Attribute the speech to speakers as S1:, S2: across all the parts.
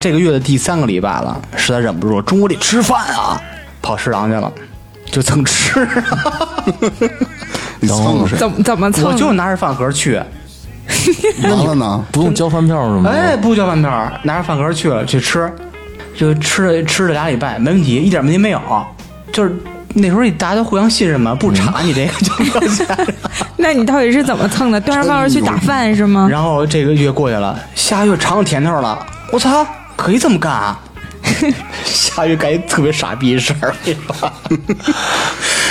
S1: 这个月的第三个礼拜了，实在忍不住，中午得吃饭啊，跑食堂去了，就蹭吃。啊
S2: 你蹭谁？
S3: 怎么怎么
S1: 我
S3: 蹭？
S1: 就拿着饭盒去，
S2: 完了呢？
S4: 不用交饭票是吗？
S1: 哎，不交饭票儿，拿着饭盒儿去了去吃，就吃了吃了俩礼拜，没问题，一点问题没有。就是那时候大家都互相信任嘛，不查你这个就没有钱。
S3: 那你到底是怎么蹭的？端着饭盒去打饭是吗？
S1: 然后这个月过去了，下月尝到甜头了，我操，可以这么干 啊！下月干一特别傻逼的事儿，我 跟你说，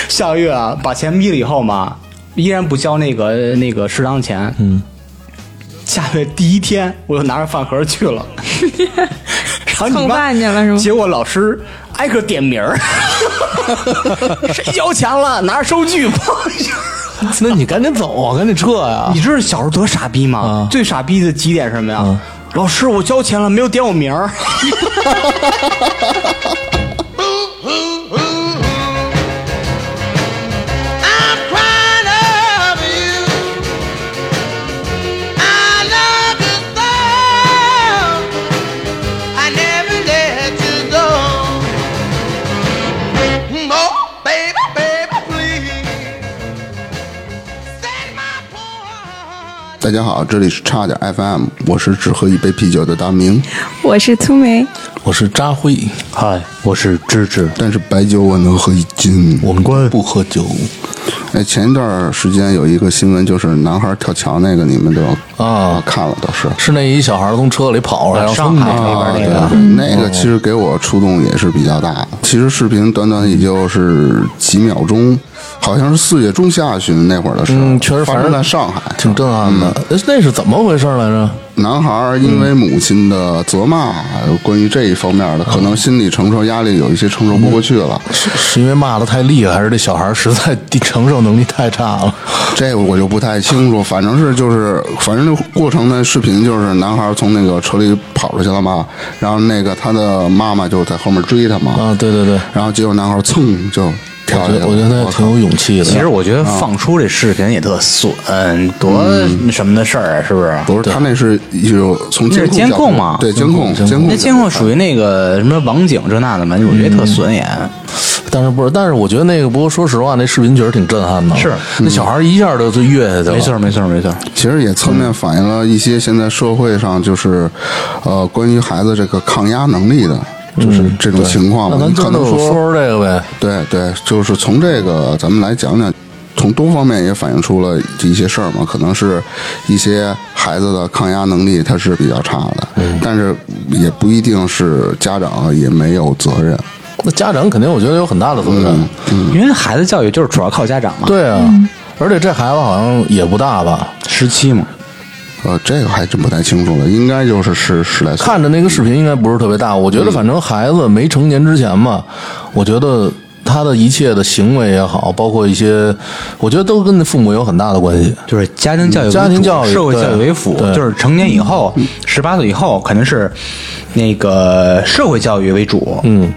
S1: 下个月啊，把钱眯了以后嘛，依然不交那个那个食堂钱，嗯，下月第一天我就拿着饭盒去 了，然后你妈
S3: 蹭饭去了是吗
S1: 结果老师挨个点名 儿，谁交钱了？拿着收据吧。
S4: 那你赶紧走 啊，赶紧撤呀
S1: 你！知道小时候多傻逼吗？
S4: 啊
S1: 最傻逼的几点是什么呀？老师，我交钱了，没有点我名儿。
S5: Ooh, ooh, I'm crying over you. I love you so. I never let you go. Oh, baby, baby, please set my poor heart.
S2: 大家好，这里是差点 FM，我是只喝一杯啤酒的大明，
S3: 我是粗梅，
S4: 我是扎辉，
S1: 嗨，我是芝芝。
S2: 但是白酒我能喝一斤。
S4: 我们不喝酒
S2: 哎，前一段时间有一个新闻，就是男孩跳桥那个，你们都
S4: 啊。
S2: 看了，倒是。
S4: 是那一小孩从车里跑出来，然后
S1: 上海那边
S2: 啊，
S1: 那个，
S2: 对对，
S4: 嗯
S2: 那个其实给我触动也是比较大的。其实视频短短也就是几秒钟，好像是四月中下旬那会儿的事儿。
S4: 嗯确实
S2: 发
S4: 反
S2: 生在
S4: 正
S2: 上海。
S4: 挺震撼的。哎那是怎么回事来着？
S2: 男孩儿因为母亲的责骂，关于这一方面的，可能心理承受压力有一些承受不过去了。
S4: 嗯是是因为骂的太厉害，还是这小孩实在地承受能力太差了？
S2: 这个我就不太清楚，反正是就是，反正这过程的视频就是男孩从那个车里跑出去了嘛，然后那个他的妈妈就在后面追他嘛，
S4: 啊，对对对，
S2: 然后结果男孩蹭就
S4: 我
S2: 跳
S4: 觉
S2: 下去
S4: 得
S2: 了。
S4: 我觉得他
S2: 我
S4: 也
S2: 靠
S4: 挺有勇气的。
S1: 其实我觉得放出这视频也特损，多什么的事儿啊，是不是？
S2: 不是他那是有从
S1: 那是
S2: 监
S1: 监
S2: 角
S1: 控
S2: 度
S1: 嘛
S2: 对监控
S4: 监控
S2: 监控
S1: 那
S2: 角
S1: 监
S2: 度
S1: 控属于那个什么网警这那的嘛，我觉得特损也。
S4: 但是不是？但是我觉得那个，不过说实话，那视频确实挺震撼的。
S1: 是嗯
S4: 那小孩一下就就跃下去了。
S1: 没错，没错，没错。
S2: 其实也侧面反映了一些现在社会上就是，呃，关于孩子这个抗压能力的，就是这种情况
S4: 嗯那
S2: 嘛。
S4: 咱
S2: 你
S4: 今
S2: 可
S4: 儿
S2: 能
S4: 就说
S2: 说，
S4: 说这个呗。
S2: 对对，就是从这个咱们来讲讲，从多方面也反映出了一些事儿嘛。可能是一些孩子的抗压能力他是比较差的，
S4: 嗯
S2: 但是也不一定是家长也没有责任。
S4: 那家长肯定，我觉得有很大的责任。
S1: 因为孩子教育就是主要靠家长嘛，
S4: 对啊，而且这孩子好像也不大吧？
S1: 十七嘛，
S2: 呃，这个还真不太清楚了，应该就是十十来岁。
S4: 看着那个视频应该不是特别大。我觉
S1: 嗯
S4: 得反正孩子没成年之前嘛，我觉得他的一切的行为也好，包括一些，我觉得都跟父母有很大的关系。
S1: 就是家庭教育为主、嗯
S4: 家庭教育
S1: 社会教育
S4: 对
S1: 为辅，
S4: 对
S1: 就是成年以后，十八岁以后肯定是那个社会教育为主。
S4: 嗯，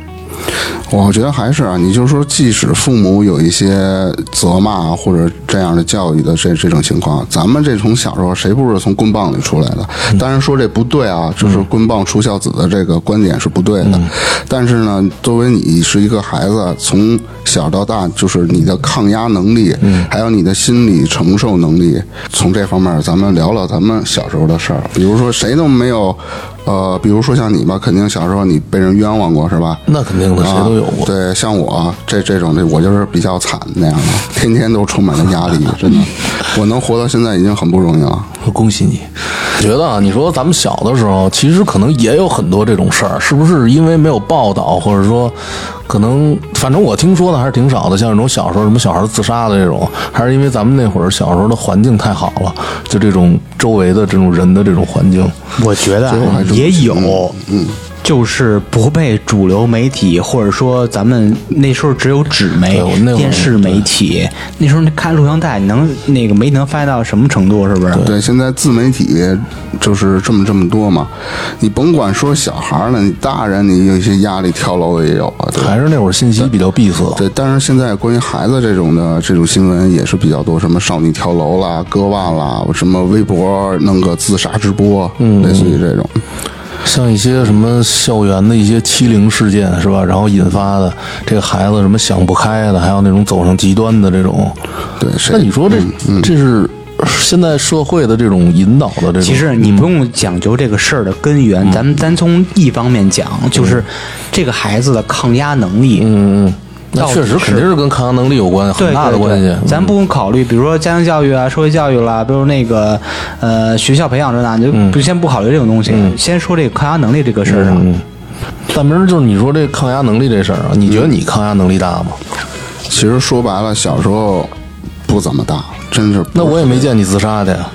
S2: 我觉得还是啊，你就说，即使父母有一些责骂或者这样的教育的这这种情况，咱们这从小时候谁不是从棍棒里出来的？当然说这不对啊，就是棍棒出孝子的这个观点是不对的。但是呢，作为你是一个孩子，从小到大，就是你的抗压能力，还有你的心理承受能力，从这方面咱们聊聊咱们小时候的事儿。比如说谁都没有，呃，比如说像你吧，肯定小时候你被人冤枉过是吧？
S4: 那肯定的，谁都有
S2: 啊
S4: 过。
S2: 对，像我这这种的，我就是比较惨那样的，天天都充满了压力，真的。我能活到现在已经很不容易了。
S4: 恭喜你！我觉得啊，你说咱们小的时候，其实可能也有很多这种事儿，是不是因为没有报道，或者说，可能反正我听说的还是挺少的，像这种小时候什么小孩自杀的这种，还是因为咱们那会儿小时候的环境太好了，就这种周围的这种人的这种环境，
S1: 我觉得啊也有，嗯，就是不被主流媒体或者说咱们那时候只有纸媒
S4: 对我那、会儿
S1: 电视媒体，那时候你看录像带，你能那个媒体能发到什么程度？是不是？
S2: 对，现在自媒体就是这么这么多嘛，你甭管说小孩儿了，你大人你有一些压力，跳楼也有啊，对吧
S4: 还是那会儿信息比较闭塞。
S2: 对，但是现在关于孩子这种的这种新闻也是比较多，什么少女跳楼
S1: 嗯
S2: 啦、割腕啦，什么微博弄个自杀直播，类似于这种。
S4: 像一些什么校园的一些欺凌事件是吧？然后引发的这个孩子什么想不开的，还有那种走上极端的这种。
S2: 对，谁嗯
S4: 那你说这、这是现在社会的这种引导的这种？
S1: 其实你不用讲究这个事儿的根源，咱们咱从一方面讲，就是这个孩子的抗压能力，
S4: 嗯，嗯，那
S1: 到底
S4: 确实肯定是跟抗压能力有关，
S1: 对
S4: 很大的关系嗯
S1: 对。对咱不用考虑，比如说家庭教育啊、社会教育啦，比如那个呃学校培养这那，你就不先不考虑这种东西，先说这个抗压能力这个事儿上。
S4: 大明儿就是你说这抗压能力这事儿啊，你觉得你抗压能力大吗？
S2: 其实说白了，小时候不怎么大，真是不
S4: 那我也没见你自杀去啊呀，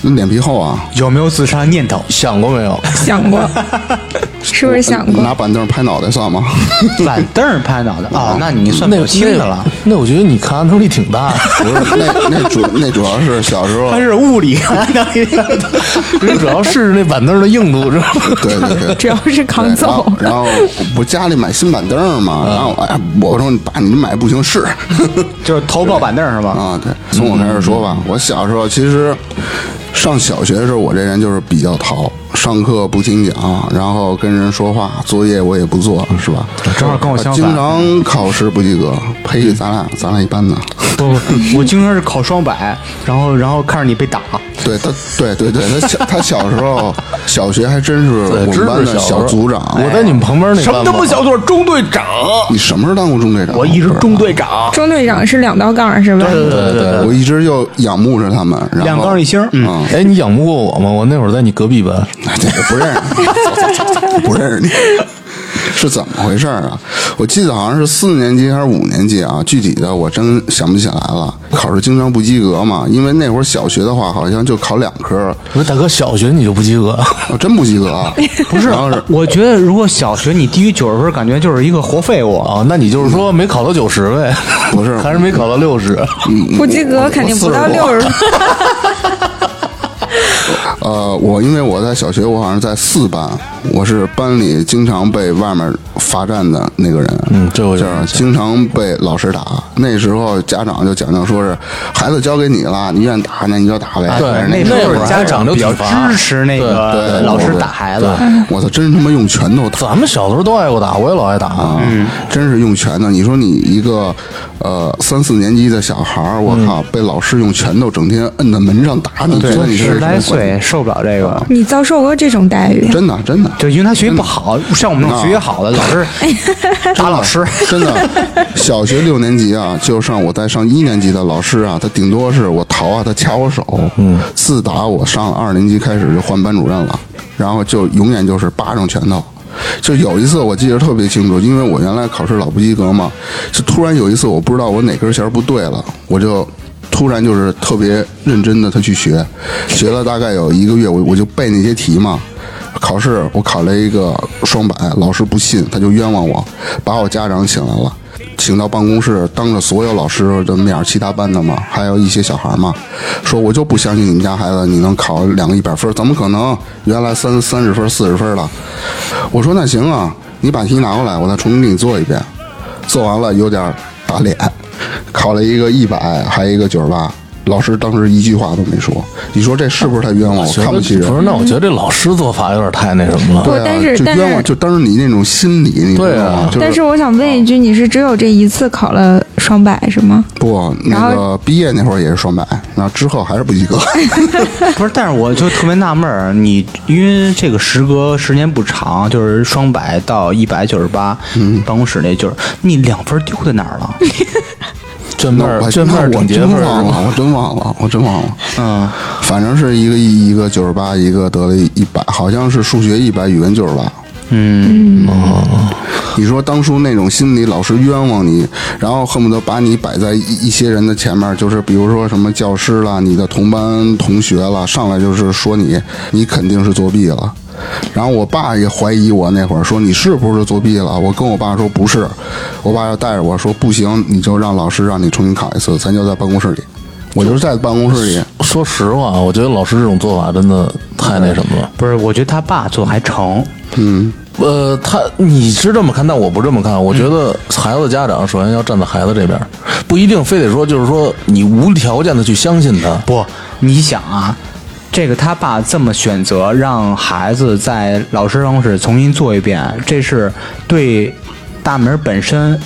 S2: 那脸皮厚啊，
S1: 有没有自杀念 头？
S4: 想过没有？
S3: 想过，是不是想过？
S2: 拿板凳拍脑袋算吗？
S1: 板凳儿拍脑袋啊、那你算
S4: 那
S1: 不轻的了。
S4: 那我觉得你抗压能力挺大的。
S2: 不是，那那主那主要是小时 候
S1: 他，是物 理抗压能力，
S4: 人主要是那板凳的硬度，知道吗？
S2: 对对对，
S3: 主要是
S2: 对
S3: 扛
S2: 然
S3: 揍
S2: 后，然后不家里买新板凳儿
S3: 嗯
S2: 嘛，然后哎，我说你爸，你买不行是
S1: 就是头抱板凳儿是吧？
S2: 啊，对，从我开始说
S3: 嗯
S2: 吧，我小时候其实上小学的时候，我这人就是比较淘，上课不听讲，然后跟人说话，作业我也不做，是吧？
S1: 正好跟我相
S2: 经
S1: 反。
S2: 常考试不及格，呸，咱俩咱俩一般的。
S1: 哦不不，我经常是考双百，然后然后看着你被打，
S2: 对他，对对对，他小他小时候小学还真是
S4: 对
S2: 我们
S4: 知识
S2: 班的
S4: 小时候
S2: 组长。哎
S4: 我在你们旁边那
S1: 什么都不啊
S4: 想。
S1: 小做，中队长，
S2: 你什么时候当过中队长？啊
S1: 我一哦直中队长。
S3: 中队长是两道杠是吧？
S4: 对对
S2: 对，我一直就仰慕着他们。然后
S1: 两杠一星儿嗯
S2: 嗯，
S4: 哎，你仰慕过我吗？我那会儿在你隔壁班，
S2: 哎对，不认识，不认识你，是怎么回事儿啊？我记得好像是四年级还是五年级啊，具体的我真想不起来了。考试经常不及格嘛，因为那会儿小学的话，好像就考两科，
S4: 我说大哥，小学你就不及格，
S2: 哦真不及格啊。
S1: 不是
S2: 然后是，
S1: 我觉得如果小学你低于九十分，感觉就是一个活废物。
S4: 哦，那你就是说没考到九十呗？
S2: 不是
S4: 还是没考到六十？
S3: 不及格肯定不到六十，
S2: 呃，我因为我在小学，我好像在四班，我是班里经常被外面罚站的那个人。
S4: 嗯这我有
S2: 就是
S4: 印象
S2: 经常被老师打。那时候家长就讲究说是孩子交给你了，你愿意打那你就打呗。
S4: 对
S2: 但是
S1: 那
S2: 那
S1: 时
S2: 时
S1: 候
S2: 候
S4: 那会儿
S1: 家
S4: 还
S1: 长
S4: 讲究
S1: 比较
S4: 体罚
S1: 支持那
S2: 对
S1: 个
S2: 对
S1: 老师
S2: 对
S1: 打孩子，
S2: 我操，真他妈用拳头打
S4: 咱们小的时候都爱过打，我也老爱打。
S2: 啊！真是用拳头。你说你一个呃三四年级的小孩儿，我靠，被老师用拳头整天摁在门上打你，
S1: 对
S2: 觉得你是
S1: 十
S2: 什么
S1: 来
S2: 鬼
S1: 岁受不了这个。
S3: 你遭受过这种待遇？
S2: 真的真的。
S1: 就因为他学习不好，像我们这种学习好的老 师打老师，
S2: 真的，小学六年级啊，就上我在上一年级的老师啊，他顶多是我逃啊，他掐我手。嗯，自打我上了二年级开始就换班主任了，然后就永远就是巴掌拳头。就有一次我记得特别清楚，因为我原来考试老不及格嘛，就突然有一次我不知道我哪根弦儿不对了，我就突然就是特别认真的他去学，学了大概有一个月，我我就背那些题嘛。考试我考了一个双百，老师不信，他就冤枉我，把我家长请来了，请到办公室，当着所有老师的面儿，其他班的嘛，还有一些小孩儿嘛，说我就不相信你们家孩子你能考两个一百分儿，怎么可能？原来三三十分、四十分了。我说那行啊，你把题拿过来，我再重新给你做一遍。做完了有点打脸，考了一个一百，还一个九十八。老师当时一句话都没说，你说这是不是太冤枉？我看不起人。
S4: 不是，那我觉得这老师做法有点太那什么了。
S3: 不
S2: 对啊
S3: 但是
S2: 就
S3: 但是
S2: 冤枉，就当时你那种心理，你知
S4: 对
S2: 道
S4: 啊
S2: 吗？
S3: 但
S2: 就是
S3: 我想问一句，你是只有这一次考了双百是吗？
S2: 不
S3: 然
S2: 那
S3: 后
S2: 个毕业那会儿也是双百，那之后还是不及 格。
S1: 不是？但是我就特别纳闷儿，你因为这个时隔时间不长，就是双百到一百九十八，办公室那就是你两分丢在哪儿了？
S2: 那我
S4: 卷面卷面
S2: 那我
S4: 整洁
S2: 真
S4: 分儿
S2: 忘了，我真忘了，我真忘了。
S1: 嗯，
S2: 反正是一个一一个九十八，一个得了一百，好像是数学一百，语文九十八。嗯，你说当初那种心理，老师冤枉你，然后恨不得把你摆在一一些人的前面，就是比如说什么教师啦、你的同班同学啦，上来就是说你，你肯定是作弊了。然后我爸也怀疑我那会儿，说你是不是作弊了？我跟我爸说不是，我爸就带着我说不行，你就让老师让你重新考一次，咱就在办公室里。我就是在办公室里，
S4: 说实话，啊我觉得老师这种做法真的太那什么了。
S1: 不是，我觉得他爸做还成，
S4: 呃，他你是这么看，但我不这么看。我觉得孩子家长首先要站在孩子这边，不一定非得说就是说你无条件的去相信他。
S1: 不，你想啊，这个他爸这么选择让孩子在老师办公室重新做一遍，这是对大门本身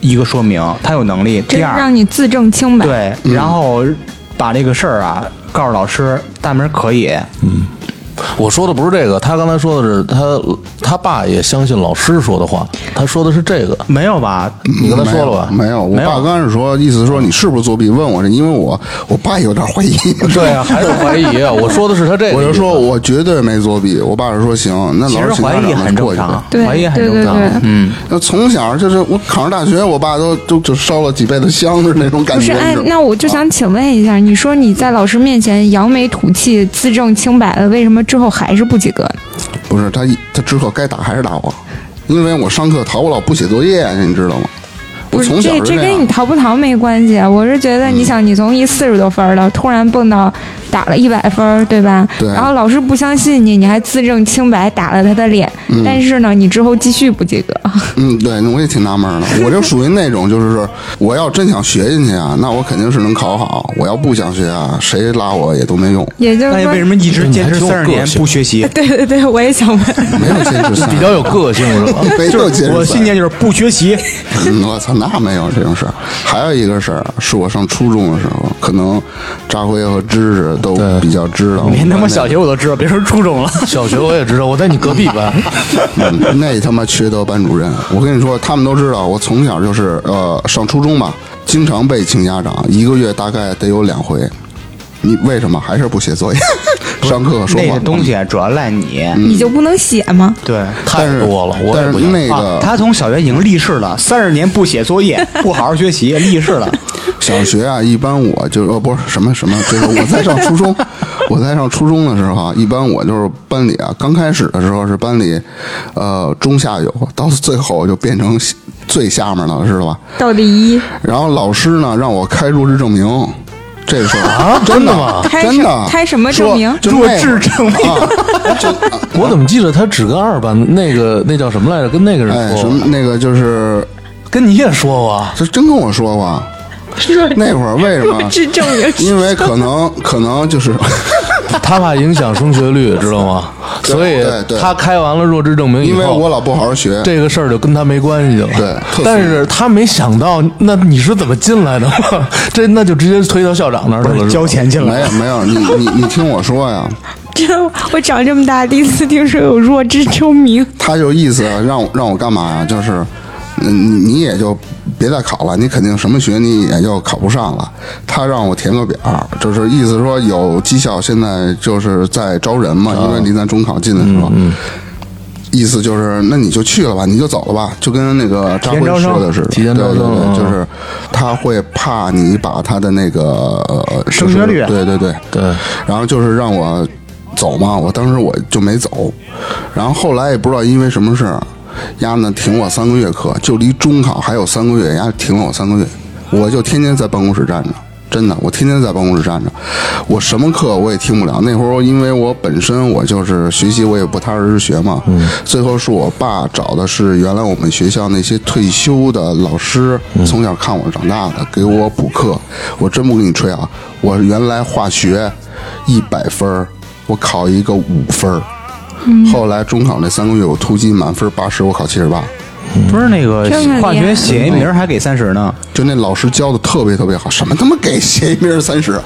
S1: 一个说明，他有能力。第
S3: 这是
S1: 二，
S3: 让你自证清白。
S1: 对，然后把这个事儿啊告诉老师，大门可以，
S4: 我说的不是这个，他刚才说的是他他爸也相信老师说的话，他说的是这个，
S1: 没有吧？
S4: 你跟他说了吧？
S2: 嗯没有，我
S1: 没有
S2: 爸刚开始说，意思说你是不是作弊？问我是因为我我爸有点怀疑。
S4: 对啊，还是怀疑啊。我说的是他这个，
S2: 我就说，我绝对没作弊。我爸是说行，那
S1: 其
S2: 老
S1: 实
S2: 师请
S1: 怀
S2: 家
S1: 疑
S2: 长
S1: 很
S2: 们过
S1: 正
S2: 去呗
S1: 常。，
S3: 对
S1: 怀疑很
S3: 对
S1: 正
S3: 对
S1: 常
S3: 对。
S1: 嗯，
S2: 那从小就是我考上大学，我爸都都就烧了几辈子香的那种感
S3: 不
S2: 觉。
S3: 是，哎
S2: 你知道，吗啊
S3: 那我就想请问一下，你说你在老师面前扬眉吐气、自证清白了，为什么之后还是不及格？
S2: 不是他一，他之后该打还是打我，因为我上课逃，我老不写作业，你知道吗？我
S3: 不是
S2: 从小
S3: 这
S2: 是
S3: 这跟
S2: 样嗯
S3: 你。逃不逃没关系，啊我是觉得你想你从一四十多分儿了，突然蹦到打了一百分儿，对吧？
S2: 对
S3: 然后老师不相信你，你还自证清白打了他的脸，但是呢，你之后继续不及格。
S2: 嗯，对，我也挺纳闷儿的。我就属于那种，就是我要真想学进去啊，那我肯定是能考好；我要不想学啊，谁拉我也都没用。
S3: 也就是
S1: 那你
S3: 说
S1: 哎为，什么一直坚
S4: 你还
S1: 持
S4: 挺有
S1: 三十年
S4: 个性
S1: 不学
S2: 嗯
S1: 习？
S3: 对对对，我也想问，
S2: 没有坚持三
S4: 比较有个性是吧？
S2: 没有坚持三
S1: 我信念就是不学习。
S2: 嗯， 我操，那没有这种事儿。还有一个事儿，啊是我上初中的时候，可能扎辉和知识都比较知道。
S1: 连他妈
S2: 我
S1: 小学我都知道，别说初中了。
S4: 小学我也知道，我在你隔壁班。
S2: 嗯，那他妈缺德班主任！我跟你说，他们都知道，我从小就是呃上初中吧，经常被请家长，一个月大概得有两回。你为什么还是不写作业？ 上课说嗯
S1: 那
S2: 话嗯
S1: 个东西啊主要赖你。
S3: 你就不能写吗？
S1: 对，
S4: 太多了，我也
S2: 但
S4: 不
S2: 是
S4: 行。
S2: 那个、
S1: 啊，他从小学已经立誓了，三十年不写作 业，不好好学习，立誓了。
S2: 小学啊，一般我就呃、不是什么什么，就是我在上初 中，我在上初中的时候啊，一般我就是班里啊，刚开始的时候是班里，呃中下游，到最后就变成最下面了，知道吧？
S3: 到第一，
S2: 然后老师呢让我开入职证明，这事儿啊，真的吗
S3: 开
S2: 真的啊
S3: 什开什么
S2: 说
S3: 证明
S2: 就
S1: 弱
S2: 那会
S1: 智
S2: 儿
S1: 证明
S2: 啊就
S4: 我怎么记得他只跟二班那个那叫什么来着？跟那个人
S2: 哎什
S4: 说
S2: 么
S4: 过，
S2: 那个就是
S4: 嗯跟你也说过。啊
S2: 他真跟我说过，那会儿为什 么？
S3: 是证明
S2: 因为可能可能就是。
S4: 他怕影响升学率，知道吗？
S2: 对
S4: 所以
S2: 对对
S4: 他开完了弱智证明以
S2: 因
S4: 后，
S2: 为我老不好好学，
S4: 这个事儿就跟他没关系了。
S2: 对特
S4: 但是他没想到，那你是怎么进来的吗？ 这那就直接推到校长那儿去了，是吧
S1: 交。钱去
S2: 没
S1: 了，
S2: 有没有，你你你听我说呀，
S3: 这我长这么大第一次听说有弱智证明，
S2: 他就意思让我让我干嘛呀？就是，嗯你你也就别再考了，你肯定什么学你也就考不上了。他让我填个表，就是意思说有技校现在就是在招人嘛，因为离咱中考近的时候。意思就是，那你就去了吧，你就走了吧，就跟那个扎辉
S1: 提前招生
S2: 说的是，
S4: 提前招生
S2: 对对
S4: 嗯
S2: 对，就是他会怕你把他的那个呃
S1: 升学率
S2: 就是对对对
S4: 对，
S2: 然后就是让我走嘛，我当时我就没走，然后后来也不知道因为什么事儿，丫呢停我三个月课，就离中考还有三个月，丫停了我三个月，我就天天在办公室站着。真的，我天天在办公室站着，我什么课我也听不了。那会儿因为我本身我就是学习，我也不踏实学嘛。最后是我爸找的是原来我们学校那些退休的老师，从小看我长大的，给我补课。我真不跟你吹啊，我原来化学一百分儿，我考一个五分儿。后来中考那三个月，我突击满分八十，我考七十八。
S1: 不是那个
S3: 这么厉害
S1: 化学写一名儿还给三十呢。
S2: 就那老师教的特别特别好，什么他妈给写一名三十，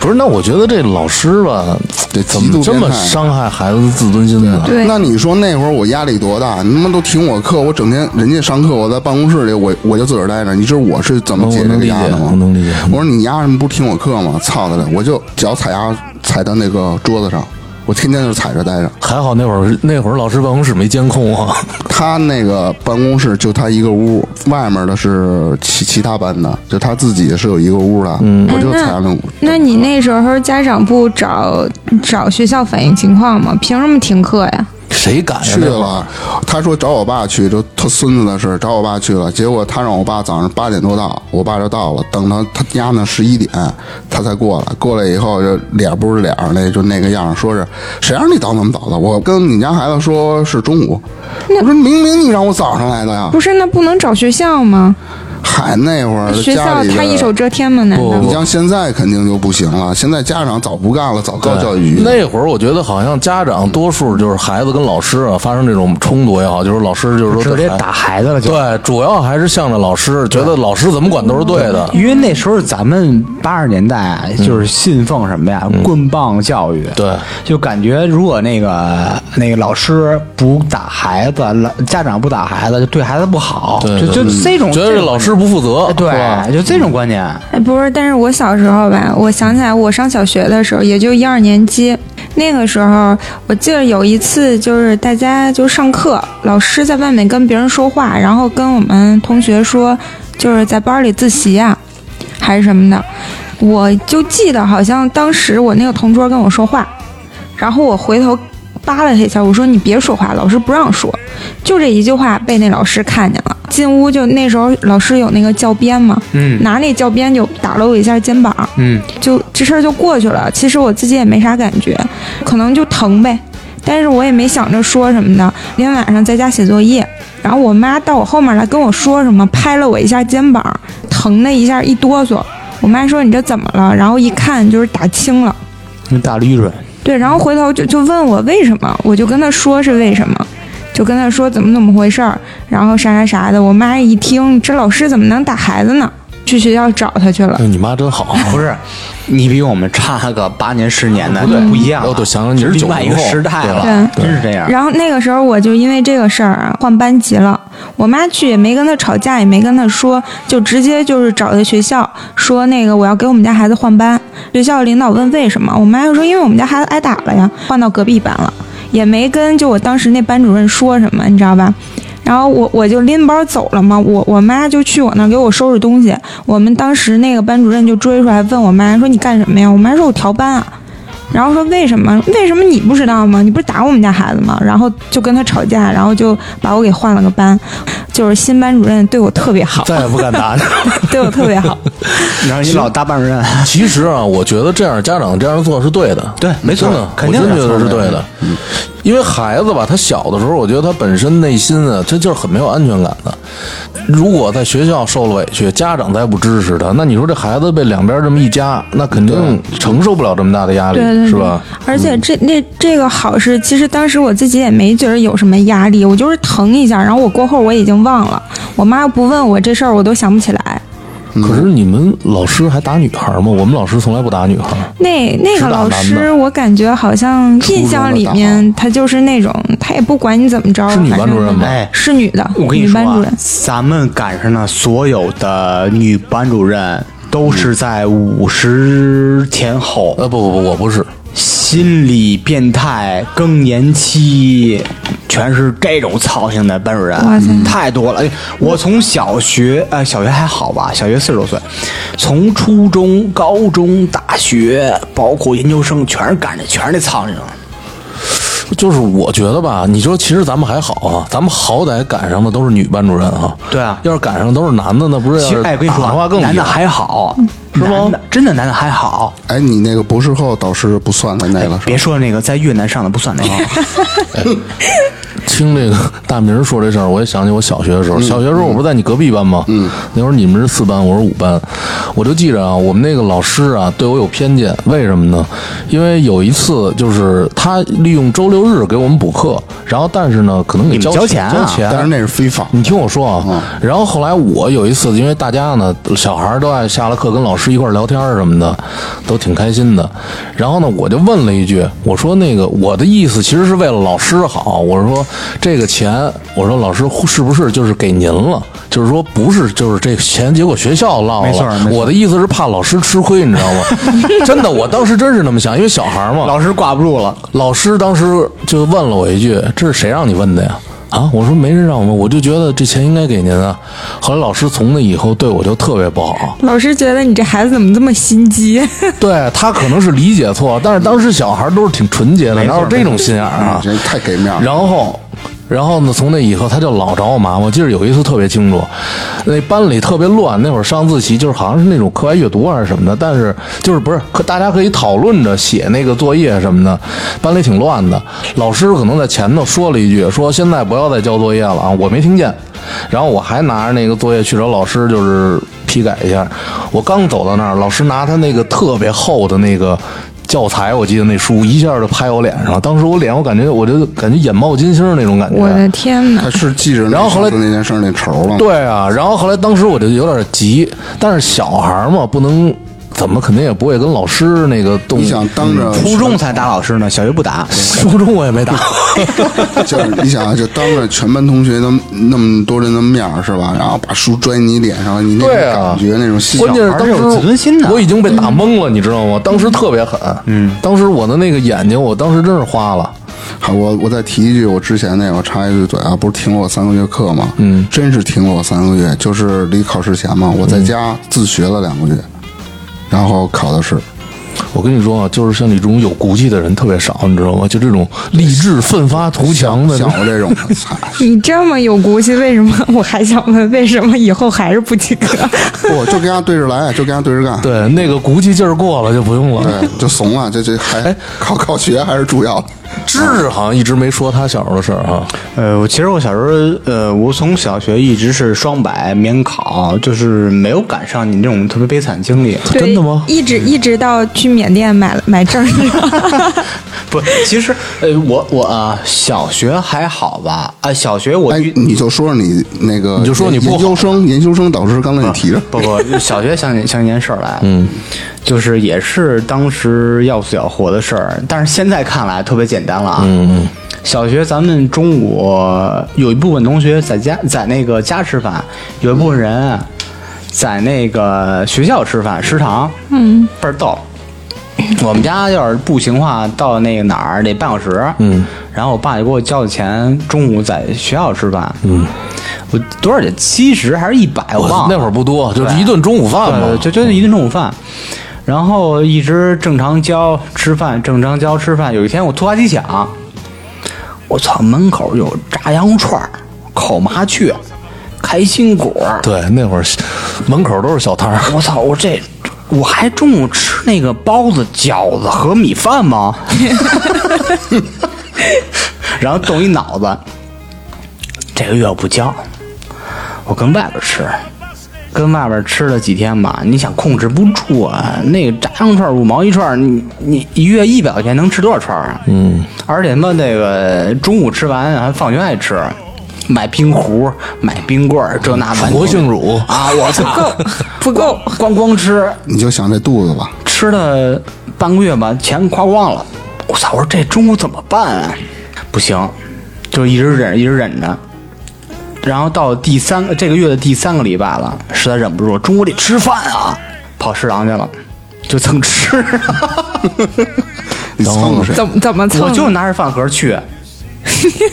S4: 不是，那我觉得这老师吧，
S2: 这
S4: 怎
S2: 极
S4: 么
S2: 度
S4: 这么
S2: 变态
S4: 伤害孩子自尊心呢？
S3: 对
S2: 啊那你说那会儿我压力多大？你他妈都停我课，我整天人家上课，我在办公室里，我我就自个儿待着。你知道我是怎么解这个压的吗？
S4: 哦我能理解我能理解嗯
S2: 我说你丫什么不听我课吗？操他嘞！我就脚踩丫踩到那个桌子上，我天天就踩着待着。
S4: 还好那会儿那会儿老师办公室没监控啊，
S2: 他那个办公室就他一个屋，外面的是其其他班的，就他自己是有一个屋的。
S4: 嗯
S2: 我就踩着那屋。
S3: 那你那时候家长不找找学校反映情况吗？凭什么停课呀？
S4: 谁敢呀？
S2: 去
S4: 那会儿
S2: 了，他说找我爸去，就他孙子的事，找我爸去了。结果他让我爸早上八点多到，我爸就到了，等他他家呢十一点，他才过来。过来以后就脸不是脸儿那就那个样儿，说是谁让你到那么早的？我跟你家孩子说是中午，我说明明你让我早上来的呀。
S3: 不是，那不能找学校吗？
S2: 海那会儿
S3: 学
S2: 家
S3: 校
S2: 里的
S3: 他一手遮天嘛，难道
S2: 你像现在肯定就不行了，现在家长早不干了，早告
S4: 对
S2: 教育局。
S4: 那会儿，我觉得好像家长多数就是孩子跟老师啊发生这种冲突也好，就是老师就是说
S1: 直接
S4: 对孩
S1: 打孩子了就。
S4: 对，主要还是向着老师，觉得老师怎么管都是对的。
S1: 因为那时候咱们八十年代啊就是信奉什么呀，棍棒教育。
S4: 对
S1: 就感觉如果那个那个老师不打孩子，老家长不打孩子，就对孩子不好。
S4: 对
S1: 就就
S4: 对
S1: 这种
S4: 觉得
S1: 这
S4: 这
S1: 种哎
S4: 老师不负责，是吧
S1: 对，就这种观念。
S3: 哎，不是，但是我小时候吧，我想起来，我上小学的时候，也就一二年级，那个时候，我记得有一次，就是大家就上课，老师在外面跟别人说话，然后跟我们同学说，就是在班里自习啊，还是什么的，我就记得好像当时我那个同桌跟我说话，然后我回头。扒拉他一下，我说你别说话，老师不让说，就这一句话被那老师看见了。进屋就那时候老师有那个教鞭嘛，
S1: 嗯
S3: 拿那教鞭就打了我一下肩膀，
S1: 嗯，
S3: 就这事儿就过去了。其实我自己也没啥感觉，可能就疼呗，但是我也没想着说什么的。那天晚上在家写作业，然后我妈到我后面来跟我说什么，拍了我一下肩膀，疼的一下一哆嗦。我妈说你这怎么了？然后一看就是打青了。
S1: 你打绿水。
S3: 对，然后回头就就问我为什么，我就跟他说是为什么，就跟他说怎么怎么回事儿，然后啥啥啥的。我妈一听，这老师怎么能打孩子呢？去学校找他去了
S4: 哎。你妈真好，
S1: 不是，你比我们差个八年十年的，就不一样了。啊
S4: 哦对想想你是
S1: 另外一个
S4: 90后
S1: 时代了，
S3: 对
S1: 真是这样。
S3: 然后那个时候我就因为这个事儿啊换班级了，我妈去也没跟他吵架，也没跟他说，就直接就是找的学校说那个我要给我们家孩子换班。学校领导问为什么，我妈就说因为我们家孩子挨打了呀，换到隔壁班了，也没跟就我当时那班主任说什么，你知道吧？然后我我就拎包走了嘛，我我妈就去我那儿给我收拾东西。我们当时那个班主任就追出来问我妈说你干什么呀？我妈说我调班啊。然后说为什么？为什么你不知道吗？你不是打我们家孩子吗？然后就跟他吵架，然后就把我给换了个班，就是新班主任对我特别 好，
S4: 再也不 敢打你。
S3: 对我特别 好。
S1: 然后你老大班主任，
S4: 其实啊，我觉得这样家长这样做是对的，
S1: 对没错
S4: 真的
S1: 肯定
S4: 我真
S1: 是
S4: 觉得是
S1: 错
S4: 对
S1: 的
S4: 的。嗯因为孩子吧，他小的时候，我觉得他本身内心啊，他就是很没有安全感的。如果在学校受了委屈，家长再不支持他，那你说这孩子被两边这么一夹，那肯定承受不了这么大的压力，
S3: 对对对
S4: 是吧？嗯
S3: 而且这那这个好是，其实当时我自己也没觉得有什么压力，我就是疼一下，然后我过后我已经忘了，我妈不问我这事儿，我都想不起来。
S4: 可是你们老师还打女孩吗？我们老师从来不打女孩。
S3: 那那个老
S4: 是打
S3: 师，
S4: 男
S3: 我感觉好像印象里面他就是那种，他也不管你怎么着，
S4: 是女班
S3: 反正
S4: 主任吗
S1: 哎
S3: 是女的，
S1: 我跟你
S3: 女
S1: 说、
S3: 班主
S1: 啊
S3: 任，。
S1: 咱们赶上了所有的女班主任都是在五十前后，
S4: 呃，不不不，我不是，
S1: 心理变态、更年期，全是这种操性的班主任，
S3: 哇塞
S1: 太多了。哎我从小学，呃，小学还好吧，小学四十多岁，从初中、高中、大学，包括研究生，全是赶着，全是那操性。
S4: 就是我觉得吧，你说其实咱们还好啊，咱们好歹赶上的都是女班主任啊。
S1: 对啊
S4: 要是赶上都是男的，那不是要
S1: 其实，
S4: 是
S1: 哎，我跟你说
S4: 打的话
S1: 啊，
S4: 更
S1: 男的
S4: 厉害
S1: 还好，男的真的男的还好。
S2: 哎，你那个博士后导师不算在内了，是吧？
S1: 别说那个在越南上的不算那个，
S4: 听这个大明儿说这事儿，我也想起我小学的
S1: 嗯
S4: 时候。小学时候我不是在你隔壁班吗？嗯，那会儿你们是四班，我是五班。我就记着啊，我们那个老师啊，对我有偏见，为什么呢？因为有一次就是他利用周六日给我们补课，然后但是呢，可能给
S1: 你们
S4: 交
S1: 交钱啊
S4: 交钱，
S2: 但是那是非法。
S4: 你听我说啊，然后后来我有一次，因为大家呢，小孩儿都爱下了课跟老师一块儿聊天儿什么的，都挺开心的。然后呢，我就问了一句，我说那个我的意思其实是为了老师好，我说这个钱，我说老师是不是就是给您了？就是说不是，就是这钱结果学校落
S1: 没错
S4: 了
S1: 没。错
S4: 我的意思是怕老师吃亏，你知道吗？ 真的，我当时真是那么想，因为小孩儿嘛，
S1: 老师挂不住了。
S4: 老师当时就问了我一句：“这是谁让你问的呀？”啊，我说没人让我问，我就觉得这钱应该给您啊。后来老师从那以后对我就特别不 好，
S3: 老师觉得你这孩子怎么这么心机？
S4: 对他可能是理解错，但是当时小孩都是挺纯洁的，
S1: 没错
S4: 哪有这种心眼儿啊？
S2: 这太给面儿了。
S4: 然后然后呢，从那以后他就老找我麻烦。我记得有一次特别清楚，那班里特别乱，那会儿上自习就是好像是那种课外阅读啊还是什么的，但是就是不是可大家可以讨论着写那个作业什么的，班里挺乱的。老师可能在前头说了一句，说现在不要再交作业了啊，我没听见。然后我还拿着那个作业去找老师，就是批改一下。我刚走到那儿，老师拿他那个特别厚的那个教材，我记得那书一下就拍我脸上了。当时我脸，我感觉我就感觉眼冒金星那种感 觉。
S3: 我的天哪
S2: 他！是记着那
S4: 然后后来
S2: 上次那件事儿那仇了吗，
S4: 对啊，然后后来当时我就有点急，但是小孩儿嘛，不能怎么肯定也不会跟老师那个动。
S2: 你想当着
S1: 初中才打老师呢，小学不打。
S4: 初中我也没打，
S2: 就是你想啊，就当着全班同学那么那么多人的面儿是吧？然后把书拽你脸上，你那种
S4: 对啊
S2: 感觉，那种心
S4: 关键是
S1: 小孩
S4: 当
S1: 儿
S4: 时
S1: 有自尊心的
S4: 我已经被打懵了，你知道吗？当时特别狠，嗯，当时我的那个眼睛，我当时真是花了。
S2: 好，我我再提一句，我之前那个我插一句嘴啊，不是停了我三个月课吗？嗯，真是停了我三个月，就是离考试前嘛，我
S4: 嗯
S2: 在家自学了两个月，然后考的试。
S4: 我跟你说啊，就是像你这种有骨气的人特别少，你知道吗？就这种励志奋发图强的，
S2: 像我这种的，操！
S3: 你这么有骨气，为什么？我还想问，为什么以后还是不及 格？
S2: 我就跟他对着来，啊就跟他对着干，哎
S4: 对那个骨气劲儿过了就不用了。
S2: 对，就怂了，这这
S4: 哎
S2: 还考考学还是主要的。
S4: 芝芝好像一直没说他小时候的事儿啊。
S1: 呃，我其实我小时候，呃，我从小学一直是双百免考，就是没有赶上你这种特别悲惨的经历。
S3: 对
S4: 真的吗
S3: 一直一直到去缅甸买买证儿，
S1: 不，其实，呃，我我啊、小学还好吧，啊、小学我
S2: 哎
S1: 遇，
S2: 你就说说你那个，
S4: 你就说你不好嗯
S2: 研究生，研究生导师刚才你提着，
S1: 不不，小学想起想起一件事儿来，嗯，就是也是当时要死要活的事儿，但是现在看来特别简单了啊。嗯嗯。小学咱们中午有一部分同学在家在那个家吃饭，有一部分人在那个学校吃饭食堂，嗯，倍儿逗。我们家要是步行的话，到那个哪儿得半小时。嗯，然后我爸就给我交的钱，中午在学校吃饭。嗯，我多少钱？七十还是一百？我忘了。
S4: 那会儿不多，就是
S1: 对
S4: 一顿中午饭嘛
S1: 对，。就就是一顿中午饭，然后一直正常教吃饭，正常教吃饭。有一天我突发奇想，我操，门口有炸羊肉串儿、烤麻雀、开心果儿，
S4: 对，那会儿门口都是小摊儿。
S1: 我操，我这。我还中午吃那个包子、饺子和米饭吗？ 然后动一脑子，这个月我不交，我跟外边吃，跟外边吃了几天吧，你想控制不住啊？那个炸羊肉串五毛一串儿，你你一月一百块钱能吃多少串儿啊？嗯，而且他妈那个中午吃完还放学爱吃，买冰壶、买冰棍儿，这那玩意儿
S4: 国性乳
S1: 啊！我操，
S3: 不够。
S1: 光光吃
S2: 你就想这肚子吧，
S1: 吃了半个月吧，钱花光了。我操！我说这中午怎么办啊？不行，就一直忍，一直忍着。然后到第三个这个月的第三个礼拜了，实在忍不住了，中午得吃饭啊，跑食堂去了，就蹭 吃。
S2: 你蹭谁？
S3: 怎么怎么蹭？
S1: 我就拿着饭盒去，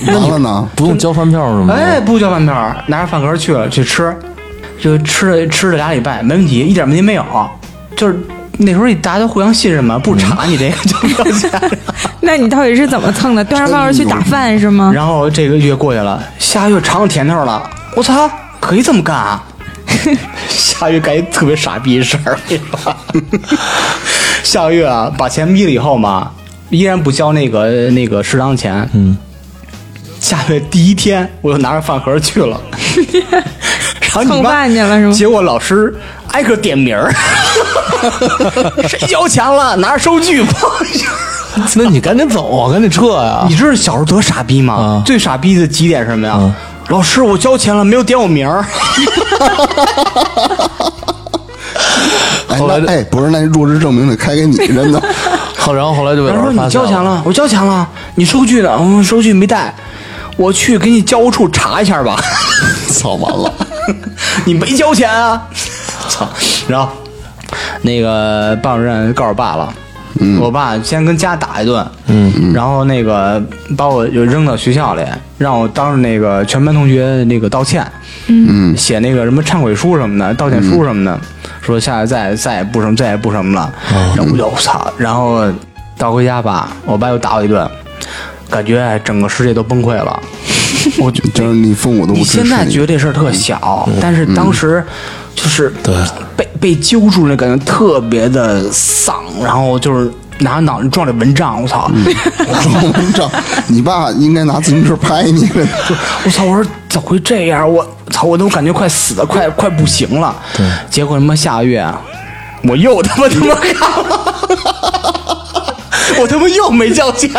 S2: 完了呢？
S4: 不用交饭票什么的。
S1: 哎，不交饭票儿，拿着饭盒去了去吃，就吃了吃了俩礼拜，没问题，一点问题没有。就是那时候大家都互相信任嘛，不查你这个就不要钱。
S3: 那你到底是怎么蹭的？端着饭盒去打饭是吗？
S1: 然后这个月过去了，下月尝到甜头了，我操，可以这么干啊！ 下月干一特别傻逼事儿，你知道吧 下月啊，把钱逼了以后嘛，依然不交那个那个食堂钱。嗯，下月第一天我又拿着饭盒去 了，然后你妈
S3: 蹭饭去了是吗
S1: 结果老师挨个点名儿， 谁交钱了？拿着收据吧。
S4: 那你赶紧走啊，赶紧撤呀、
S1: 你知道小时候多傻逼吗？
S4: 啊嗯
S1: 最傻逼的几点是什么呀？老师，我交钱了，没有点我名儿。
S2: 哎，
S4: 后来
S2: 那
S4: 这
S2: 哎，不是，那弱智证明得开给你，真的。
S4: 好，然后后来就被
S1: 然后说
S4: 老师发
S1: 你
S4: 现
S1: 交钱。了，我交钱了，你收据呢？嗯，收据没带，我去给你教务处查一下吧。
S2: 操，完 了！
S1: 你没交钱啊！ 操，然后那个班主任告诉我爸了。我爸先跟家打一顿，嗯，然后那个把我就扔到学校里，让我当着那个全班同学那个道歉，嗯，写那个什么忏悔书什么的，道歉书什么的，说下次再再也不什么再也不什么了，然后我就我操，然后哎到回家吧，我爸又打我一顿，感觉整个世界都崩溃了。 我觉
S2: 就是你父母都不
S1: 你
S2: 支
S1: 现
S2: 持你。嗯
S1: 在觉得这事儿特小，但是当时就是
S4: 对
S1: 被被揪住那感觉特别的丧，然后就是拿脑袋撞这蚊帐，我操！
S2: 嗯我跟你讲，你爸应该拿自行车拍你。
S1: 我操！我说怎么会这样？我操！我都感觉快死了，快快不行了。对，结果他妈下个月，我又他妈他妈干了， 我他妈又没交钱。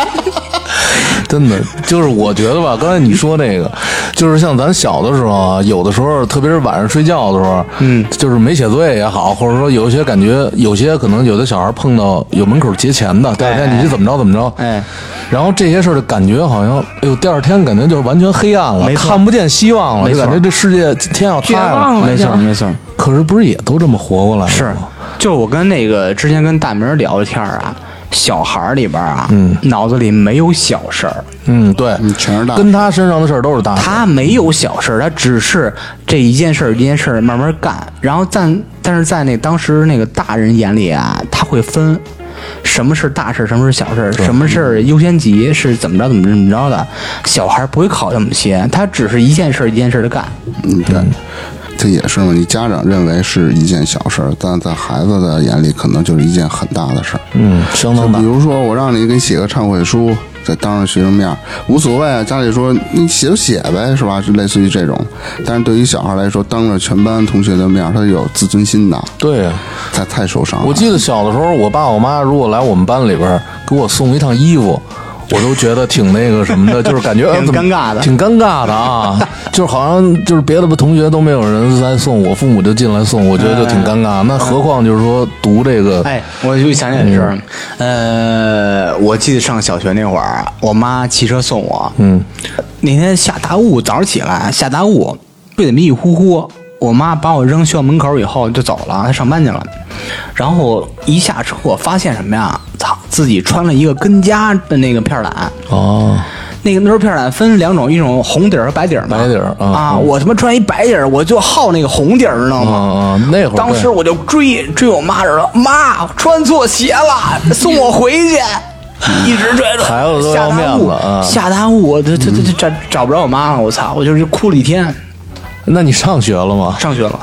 S4: 真的就是我觉得吧，刚才你说那个，就是像咱小的时候啊，有的时候，特别是晚上睡觉的时候，嗯，就是没写作业也好，或者说有一些感觉，有些可能有的小孩碰到有门口劫钱的，第二天你是怎么着怎么着，
S1: 哎，
S4: 然后这些事儿就感觉好像，哎呦，第二天感觉就是完全黑暗了，
S1: 没错
S4: 看不见希望了，
S1: 没
S4: 就
S1: 错
S4: 感觉这世界天要塌
S3: 绝望了
S4: 没
S3: 就
S4: 错，
S1: 没错。
S4: 可是不是也都这么活过来了吗？
S1: 是，就是我跟那个之前跟大明聊天儿啊，小孩儿里边儿啊，
S2: 嗯
S1: 脑子里没有小事儿，
S4: 嗯，对，
S2: 全是大事
S4: 跟他身上的事儿都是大事。
S1: 他没有小事儿，他只是这一件事儿一件事儿慢慢干，然后但但是在那当时那个大人眼里啊，他会分。什么是大事儿，什么是小事儿，什么事儿优先级是怎么着怎么着怎么着的？小孩儿不会考这么些，他只是一件事儿一件事儿的干。
S2: 嗯，对，这也是嘛。你家长认为是一件小事儿，但在孩子的眼里，可能就是一件很大的事儿。
S4: 嗯，相当大
S2: 比。如说，我让你给你写个忏悔书，在当着学生面儿无所谓啊，家里说你写就写呗，是吧？就类似于这种。但是对于小孩来说，当着全班同学的面儿，他有自尊心的，
S4: 对啊呀、
S2: 他太受伤了。啊
S4: 我记得小的时候，我爸我妈如果来我们班里边儿给我送一趟衣服，我都觉得挺那个什么的，就是感 觉哎
S1: 挺
S4: 怎么
S1: 尴尬的
S4: 挺尴尬的啊，就是好像就是别的同学都没有人来送，我父母就进来送，我觉得就挺尴尬。那何况就是说读这个，
S1: 哎，我就想起来这事儿，呃，我记得上小学那会儿，我妈骑车送我，嗯，那天下大雾，早上起来下大雾，被子迷迷糊糊，我妈把我扔学校门口以后就走了，她上班去了。然后我一下车，我发现什么呀？操，自己穿了一个跟家的那个片儿胆，
S4: 哦，
S1: 那个那时候片儿胆分两种，一种红底儿和白底儿嘛。
S4: 白底儿啊
S1: 啊，
S4: 嗯
S1: 我他妈穿一白底儿，我就好那个红底儿，知道
S4: 啊
S1: 吗？
S4: 啊，那会儿
S1: 当时
S4: 对
S1: 我就追追我妈着了，妈穿错鞋了，送我回去。一直追着
S4: 孩子都
S1: 下
S4: 要
S1: 大
S4: 面
S1: 雾
S4: 子啊，
S1: 下大雾，我这这这这找找不着我妈了，我操！我就是哭了一天，
S4: 那你上学了吗？
S1: 上学了。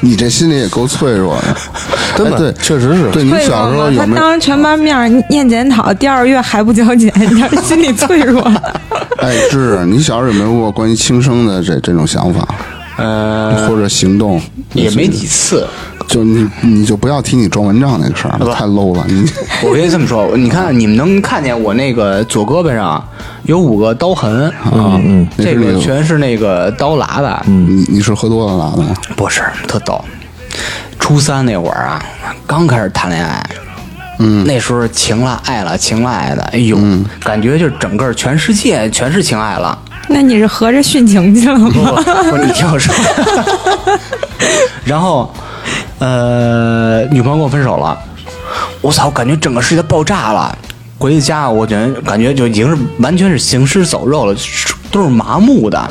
S2: 你这心里也够脆弱的，
S4: 真的
S2: 哎、对，
S4: 确实是
S2: 对你
S3: 脆弱
S2: 小时候
S3: 吗？他
S2: 有没有？
S3: 当着全班面儿念检讨，第二个月还不交钱，你这 心理脆弱。
S2: 哎，是你小时候有没有过关于轻生的这这种想法，
S1: 呃，
S2: 或者行动？
S1: 也没几次。
S2: 就你你就不要提你撞蚊帐那个事儿了，太 low 了。你
S1: 我跟你这么 说，你看你们能看见我那个左胳膊上有五个刀痕，啊，这个全是那个刀剌的，嗯，
S2: 你你是喝多了拉的吗？
S1: 不是特逗。初三那会儿啊，刚开始谈恋爱，嗯，那时候情了爱了，情了爱的，哎呦，感觉就整个全世界全是情爱了。
S3: 那你是合着殉情去了吗？
S1: 不是你听我说，然后，呃，女朋友跟我分手了，我操，感觉整个世界爆炸了。回去家，我觉得感觉就已经是完全是行尸走肉了，都是麻木的。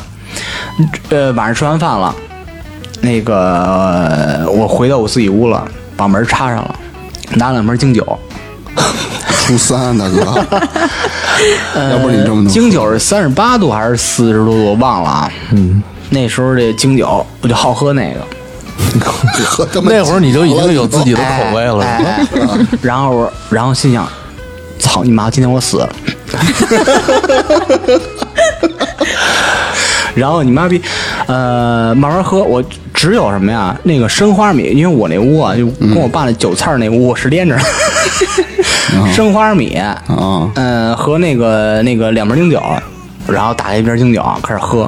S1: 呃，晚上吃完饭了，那个我回到我自己屋了，把门插上了，拿两瓶精酒。
S2: 初三，大哥， 要不你这么弄，
S1: 京酒是三十八度还是四十多度，我忘了啊。嗯，那时候这京酒我就好喝那个，
S2: 喝他妈
S4: 那会儿你就已经有自己的
S1: 哎
S4: 口味了，
S1: 哎哎 然后我，然后心想，操你妈，今天我死了。然后你妈逼，呃，慢慢喝。我只有什么呀？那个生花米，因为我那屋啊，就跟我爸那韭菜那屋我是连着的。 生花米，
S2: 啊，
S1: 嗯，和那个那个两瓶精酒，然后打开一瓶精酒开始喝，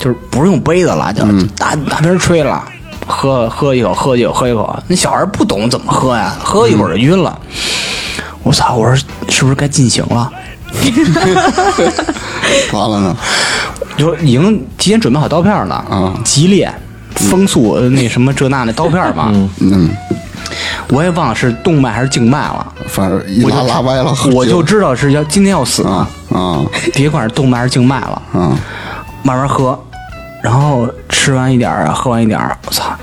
S1: 就是不用杯子了，就大大瓶吹了，喝喝一口，喝一口，喝一口。那小孩不懂怎么喝呀，喝一会儿就晕了。我操！我说是不是该进行了？
S2: 完了呢，
S1: 就已经提前准备好刀片了
S2: 嗯
S1: 激烈、风速呃那什么这那的刀片嘛，
S2: 嗯，
S1: 我也忘了是动脉还是静脉了。
S2: 反正一
S1: 我就
S2: 拉拉歪了，喝
S1: 我就
S2: 酒
S1: 知道是要今天要死了
S2: 啊，啊
S1: 别管是动脉还是静脉了。
S2: 啊，
S1: 慢慢喝，然后吃完一点儿啊，喝完一点儿，我操，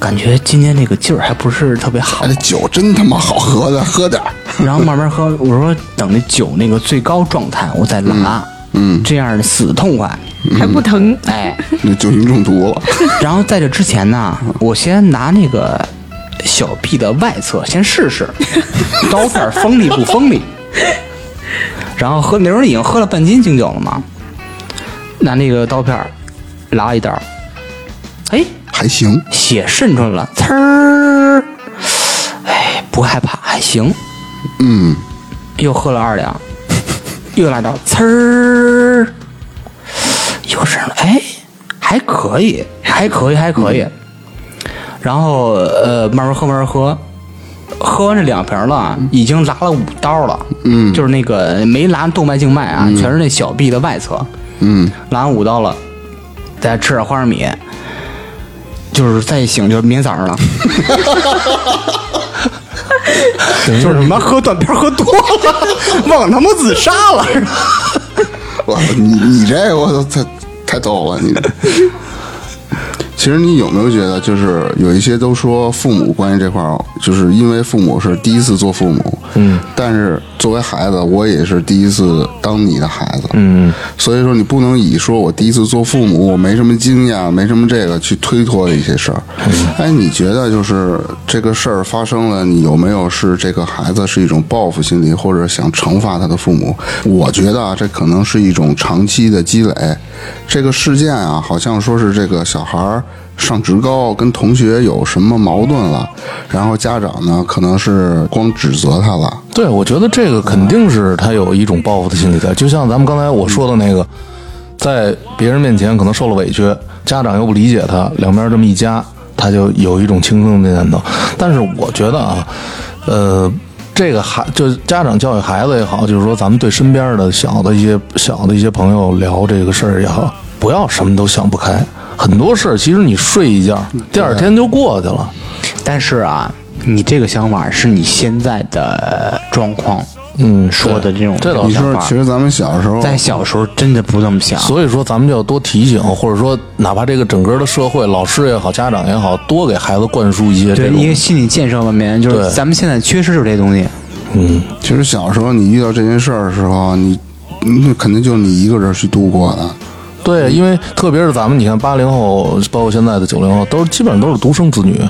S1: 感觉今天这个劲儿还不是特别好
S2: 哎哎，这。酒真他妈好喝的，喝点儿
S1: 然后慢慢喝。我说等那酒那个最高状态，我再拉。嗯，这样死痛快。
S2: 嗯
S3: 还不疼。
S1: 哎，
S2: 那酒精中毒了。
S1: 然后在这之前呢，我先拿那个小臂的外侧先试试，刀片锋利不锋利。然后喝那时候已经喝了半斤精酒了嘛，拿那个刀片儿拉一刀，哎，
S2: 还行，
S1: 血渗出来了，呲儿，哎，不害怕，还行。
S2: 嗯，
S1: 又喝了二两，又来到呲儿，又是哎，还可以，还可以，还可
S2: 嗯
S1: 以。然后呃，慢慢喝，慢慢喝，喝完这两瓶了，啊
S2: 嗯
S1: 已经拉了五刀了。嗯，就是那个没拉动脉静脉啊，全是那小臂的外侧。
S2: 嗯，
S1: 拉完五刀了，再吃点花生米，就是再一醒就明天早上了。就是他妈喝断片喝多了，忘他妈自杀了。
S2: 我你你这我操，太太逗了你。其实你有没有觉得，就是有一些都说父母关系这块儿，就是因为父母是第一次做父母，嗯，但是作为孩子，我也是第一次当你的孩子，嗯，所以说你不能以说我第一次做父母，我没什么经验，没什么这个去推脱一些事儿。哎，你觉得就是这个事儿发生了，你有没有是这个孩子是一种报复心理，或者想惩罚他的父母？我觉得啊，这可能是一种长期的积累。这个事件啊，好像说是这个小孩儿上职高，跟同学有什么矛盾了，然后家长呢，可能是光指责他了。
S4: 对，我觉得这个肯定是他有一种报复的心理在，就像咱们刚才我说的那个，在别人面前可能受了委屈，家长又不理解他，两边这么一夹，他就有一种轻生的念头。但是我觉得啊，呃，这个孩就是家长教育孩子也好，就是说咱们对身边的小的一些小的一些朋友聊这个事儿也好，不要什么都想不开，很多事儿其实你睡一觉，第二天就过去了。
S1: 但是啊，你这个想法是你现在的状况，
S4: 嗯
S1: 说的这种
S4: 这倒是
S2: 你
S1: 想
S2: 说，
S1: 法
S2: 其实咱们小时候，
S1: 在小时候真的不这么想。
S4: 所以说，咱们就要多提醒，或者说，哪怕这个整个的社会，老师也好，家长也好，多给孩子灌输一些这
S1: 对，
S4: 种
S1: 因为心理建设方面，就是
S4: 对
S1: 咱们现在缺失就是这东西。
S2: 其实小时候你遇到这件事儿的时候，你那肯定就是你一个人去度过的。
S4: 对，因为特别是咱们，你看八零后，包括现在的九零后，都是基本上都是独生子女，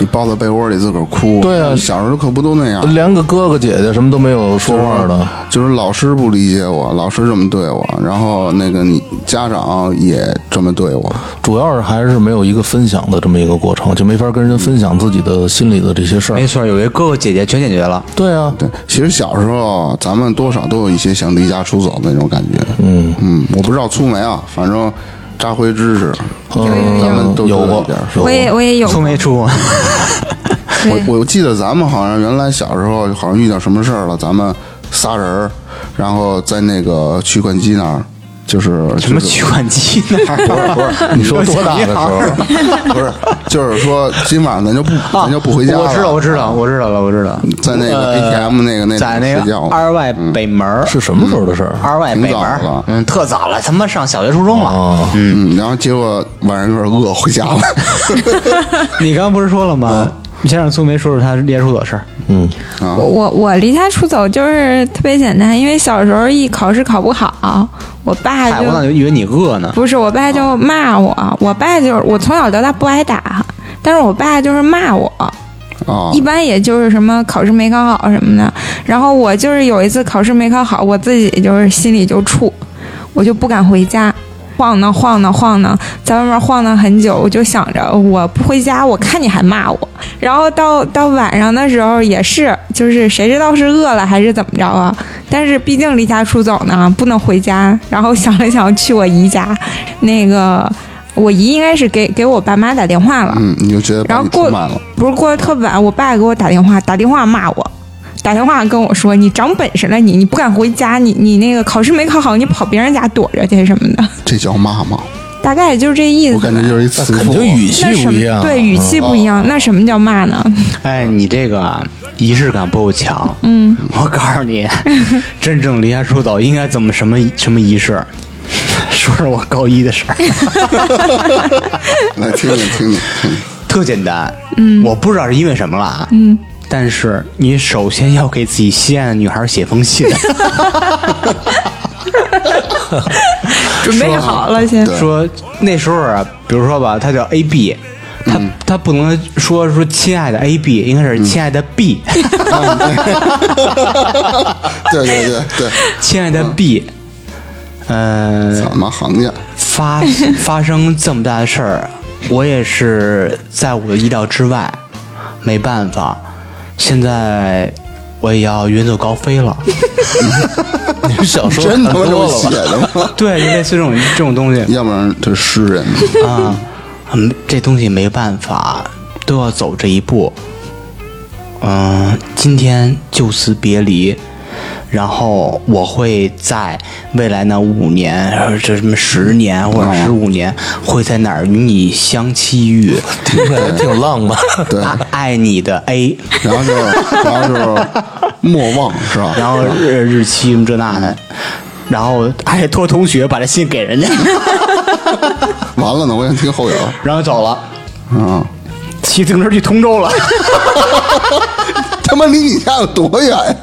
S2: 你抱在被窝里自个儿哭，
S4: 对啊
S2: 小时候可不都那样。
S4: 连个哥哥姐姐什么都没有说话的。
S2: 就是老师不理解我，老师这么对我，然后那个你家长也这么对我，
S4: 主要是还是没有一个分享的这么一个过程，就没法跟人分享自己的心里的这些事儿
S1: 没。错，有些哥哥姐姐全解决了。
S4: 对啊，
S2: 对，其实小时候啊咱们多少都有一些想离家出走的那种感觉。嗯嗯，我不知道粗梅啊，反正扎辉知识，
S4: 嗯，
S2: 咱们都知道
S4: 有过
S2: 一点儿，
S4: 有
S3: 我
S4: 过。
S3: 也我也有
S1: 出没 出？
S3: 对
S2: 我我记得咱们好像原来小时候好像遇到什么事儿了，咱们仨人儿，然后在那个取款机那儿，就是
S1: 什么取款机呢？
S2: 不是不是，你
S1: 说多大的时候？
S2: 不是，就是说今晚咱就不 咱就不回家了。
S1: 啊我知道，我知道，我知道了，我知道。
S2: 在那个 ATM 那个那
S1: 在那
S2: 睡
S1: 个
S2: 觉，嗯
S1: 二外北门儿
S4: 是什么时候的事儿？
S1: 二外北门
S2: 挺早
S1: 儿
S2: 了，
S1: 嗯，特早了，他哦妈上小学初中了。
S4: 啊，
S2: 嗯，然后结果晚上有点饿，回家了。
S1: 你刚刚不是说了吗？你先让苏梅说说她离家出走的事儿。
S4: 嗯，
S3: 我我我离家出走就是特别简单，因为小时候一考试考不好，我爸
S1: 嗨，
S3: 就
S1: 哎我咋就以为你饿呢？
S3: 不是我爸就骂我，我爸就是我从小到大不挨打，但是我爸就是骂我，
S2: 啊
S3: 一，般也就是什么考试没考好什么的。然后我就是有一次考试没考好，我自己就是心里就怵，我就不敢回家，晃荡晃荡晃荡，在外面晃荡很久。我就想着我不回家，我看你还骂我。然后到到晚上的时候也是，就是谁知道是饿了还是怎么着啊？但是毕竟离家出走呢，不能回家。然后想了想，去我姨家，那个我姨应该是给给我爸妈打电话了。
S2: 嗯，你就觉得把
S3: 然后
S2: 你
S3: 过
S2: 出卖了。
S3: 不是过得特晚，我爸给我打电话，打电话骂我，打电话跟我说你长本事了你，你不敢回家，你你那个考试没考好，你跑别人家躲着去什么的，
S2: 这叫骂吗？
S3: 大概也就是这意
S2: 我
S3: 思吧。
S2: 感觉就是一慈
S4: 肯
S2: 父。
S4: 定语气
S3: 那
S4: 不
S3: 什
S4: 一样。
S3: 么对语气不一样，那什么叫骂 呢？
S1: 哎，你这个啊仪式感不够强。嗯，我告诉 你，真正离家出走应该怎么什么什么仪式？说说我高一的事儿，
S2: 来听听听听，
S1: 特简单。嗯，我不知道是因为什么了啊。嗯，但是你首先要给自己心爱的女孩写封 信，
S3: 准备好了先。
S1: 说那时候啊，比如说吧，他叫 A B，他、他不能说说亲爱的 A B，应该是亲爱的 B，、
S2: 对对对对，
S1: 亲爱的 B，呃，
S2: 怎么行家？
S1: 发发生这么大的事儿，我也是在我的意料之外，没办法，现在我也要远走高飞了。
S4: 你们小说
S2: 真
S4: 看
S2: 他妈
S4: 多
S2: 这么
S4: 了
S2: 写
S4: 吧？
S2: 的吗？
S1: 对，就类似这种这种东西
S2: 要不然这诗人嘛
S1: 啊，嗯，这东西没办法，都要走这一步。嗯、今天就此别离。然后我会在未来那五年，或者什么十年或者十五年，会在哪儿与你相期遇？
S4: 听着也挺浪漫。
S2: 对，
S1: 啊爱你的 A，
S2: 然后就然后就是莫忘是吧？
S1: 然后日日期什么这那的，然后还得托同学把这信给人家，
S2: 完了呢，我想听后友。
S1: 然后走了，
S2: 嗯，
S1: 骑自行车去通州了，
S2: 他妈离你家有多远呀？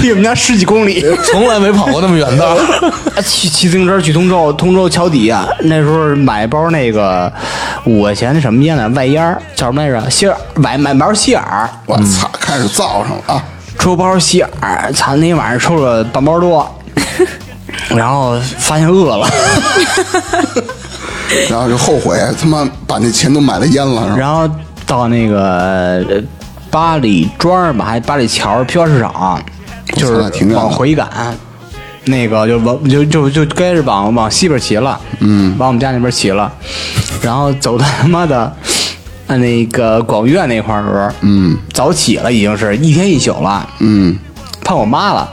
S1: 离我们家十几公里。
S4: 从来没跑过那么远道。
S1: 啊骑骑自行车去通州，通州桥底下那时候买包那个五块钱那什么烟呢，外烟儿叫什么来着？希尔买买包希尔，
S2: 我操，开始造上了啊！
S1: 抽包希尔，操那天晚上抽了半包多， 然后发现饿了。
S2: 然后就后悔，他妈把那钱都买了烟了，是吧？
S1: 然后到那个呃八里庄吧，还是八里桥批发市场，就
S2: 我操那挺
S1: 是
S2: 远的
S1: 往回赶，那个就往就就就该是往往西边骑了，嗯，往我们家那边骑 了，然后走到他妈的。呃那个广院那块儿的时候，嗯，早起了，已经是一天一宿了，
S2: 嗯，
S1: 盼我妈了，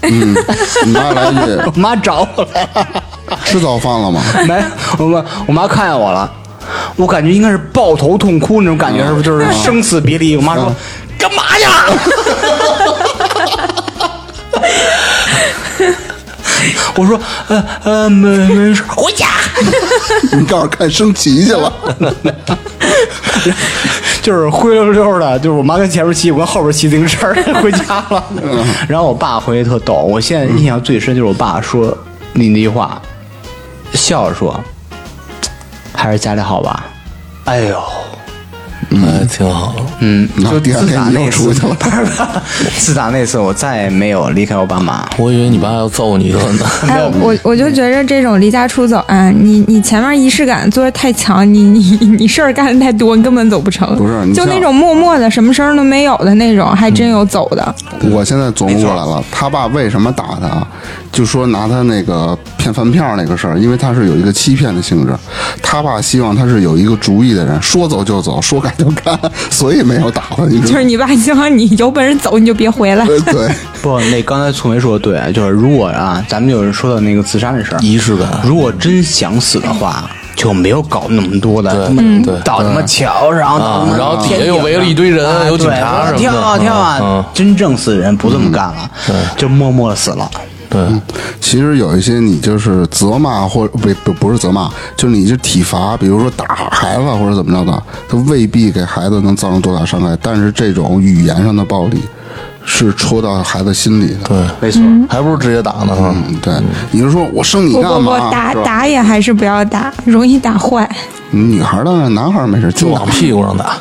S2: 你妈来一句
S1: 我妈找我来了，
S2: 吃早饭了吗？
S1: 没，我妈我妈看见我了，我感觉应该是抱头痛哭那种感觉，是不是？ 就是生死别离。我妈说：“ 干嘛呀？” 我说：“呃呃，没没事，回家。
S2: 你告诉看升旗去了，”
S1: 就是灰溜溜的，就是我妈跟前面骑，我跟后边骑自行车儿 回家了。 然后我爸回去特逗，我现在印象最深就是我爸说你那句话，笑着说：“还是家里好吧。”哎呦。
S4: 哎，挺好。
S1: 嗯，
S2: 然后
S1: 就
S2: 第二
S1: 自打
S4: 哎
S2: 天你
S1: 那
S2: 又
S1: 次
S2: 出去了
S1: 不是不是 自打那次，我再也没有离开奥巴马。
S4: 我以为你爸要揍你一顿呢。
S3: 哎，我我就觉着这种离家出走啊，你你前面仪式感做的太强，你 你你事儿干的太多，你根本走不成。
S2: 不是你
S3: 就
S2: 像
S3: 那种默默的，什么声儿都没有的那种，还真有走的。
S2: 我现在琢磨过来了，他爸为什么打他？就说拿他那个骗饭票那个事儿，因为他是有一个欺骗的性质。他爸希望他是有一个主意的人，说走就走，说干就干，所以没有打他。你知
S3: 就
S2: 道
S3: 是
S2: 吗？
S3: 你爸希望你有本事走，你就别回来。
S2: 呃嗯对，
S1: 不，那刚才醋梅说的对，就是如果啊，咱们就是说到那个自杀的事儿，
S4: 仪式感，
S1: 如果真想死的话，就没有搞那么多的，他妈
S4: 嗯对
S1: 到他妈桥上，到他妈
S4: 然后底下
S1: 天
S4: 又
S1: 顶
S4: 围了一堆人
S1: 啊
S4: 有
S1: 对
S4: 警察什么的
S1: 跳啊跳
S4: 嗯
S1: 啊！真正死人不这么干了，就默默的死了。
S4: 对，
S2: 其实有一些你就是责骂或者不不不是责骂，就是你这体罚，比如说打孩子或者怎么着的，他未必给孩子能造成多大伤害，但是这种语言上的暴力是戳到孩子心里的。
S4: 对，
S1: 没错，
S4: 还不如直接打呢。
S2: 嗯，对，你是说我生你
S3: 不
S2: 干
S3: 不不，
S2: 嘛？
S3: 打
S2: 是吧嗯
S3: 打也还是不要打，容易打坏。
S2: 女孩当然，男孩没事，
S4: 就
S2: 就打
S4: 往。屁股上打。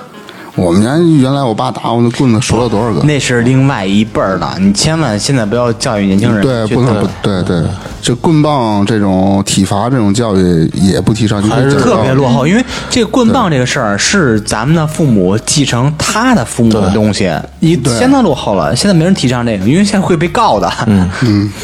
S2: 我们家原来我爸打我那棍子折了多少个？
S1: 那是另外一辈儿的，你千万现在不要教育年轻人。
S2: 对，不能不对对，就棍棒这种体罚这种教育也不提倡，你
S4: 还是
S1: 特别落后，因为这个棍棒这个事儿是咱们的父母继承他的父母的东西，你相当落后了。现在没人提倡这个，因为现在会被告的。嗯，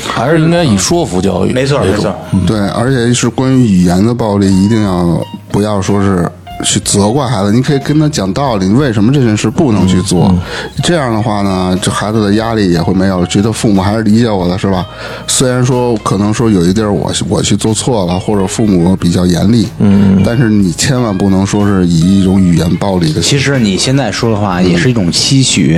S4: 还是应该以说服教育，
S1: 没错
S4: 为
S1: 没
S4: 主
S1: 错。。
S2: 对，而且是关于语言的暴力，一定要不要说是去责怪孩子，你可以跟他讲道理，为什么这件事不能去做。
S1: 嗯
S2: 这样的话呢，这孩子的压力也会没有，觉得父母还是理解我的，是吧？虽然说可能说有一地儿我我去做错了，或者父母比较严厉，嗯，但是你千万不能说是以一种语言暴力的
S1: 其实你现在说的话也是一种期许，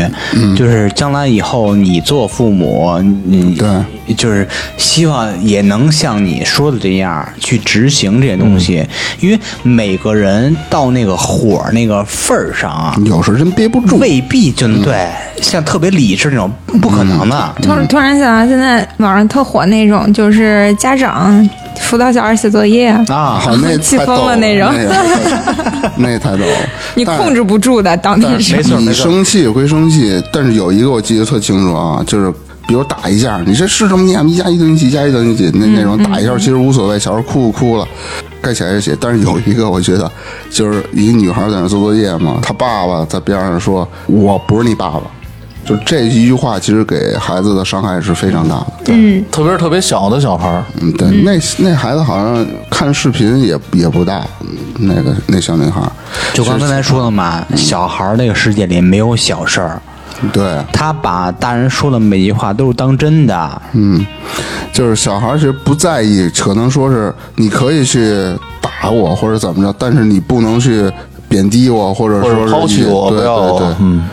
S1: 就是将来以后你做父母，你
S2: 对
S1: 就是希望嗯也能像你说的这样去执行这些东西，因为每个人到那个火那个份儿上啊，
S2: 有时候真憋不住。
S1: 未必就能对，像特别理智那种不可能的。
S3: 突然突然想到，现在网上特火那种，就是家长辅导小孩写作业，
S1: 啊，
S2: 好，那
S3: 气
S2: 太
S3: 疯
S2: 逗
S3: 了那
S2: 那
S3: 种
S2: 个那太逗了。
S3: 你
S2: 但是
S3: 控制不住的，当天
S1: 没
S3: 是
S1: 错
S2: 你
S1: 没错，
S2: 生气归生气，但是有一个我记得特清楚啊，就是比如打一架，你这是这么念吗？一加一等于几，一加一等于几，那那种打一下其实无所谓，小时候哭哭了，该写还是写。但是有一个我觉得，就是一个女孩在那做作业嘛，她爸爸在边上说：“我不是你爸爸。”就这一句话，其实给孩子的伤害是非常大的。
S4: 嗯，特别是特别小的小孩儿，
S2: 嗯，对，那那孩子好像看视频也也不大，嗯那个那小女孩，
S1: 就刚才咱说的嘛，小孩儿这个世界里没有小事儿，
S2: 对，
S1: 他把大人说的每句话都是当真的。
S2: 嗯，就是小孩儿其实不在意，可能说是你可以去打我或者怎么着，但是你不能去贬低我或者
S4: 或者
S2: 说是
S4: 抛弃
S2: 你
S4: 我
S2: 对
S4: 不要我
S2: 对对，嗯，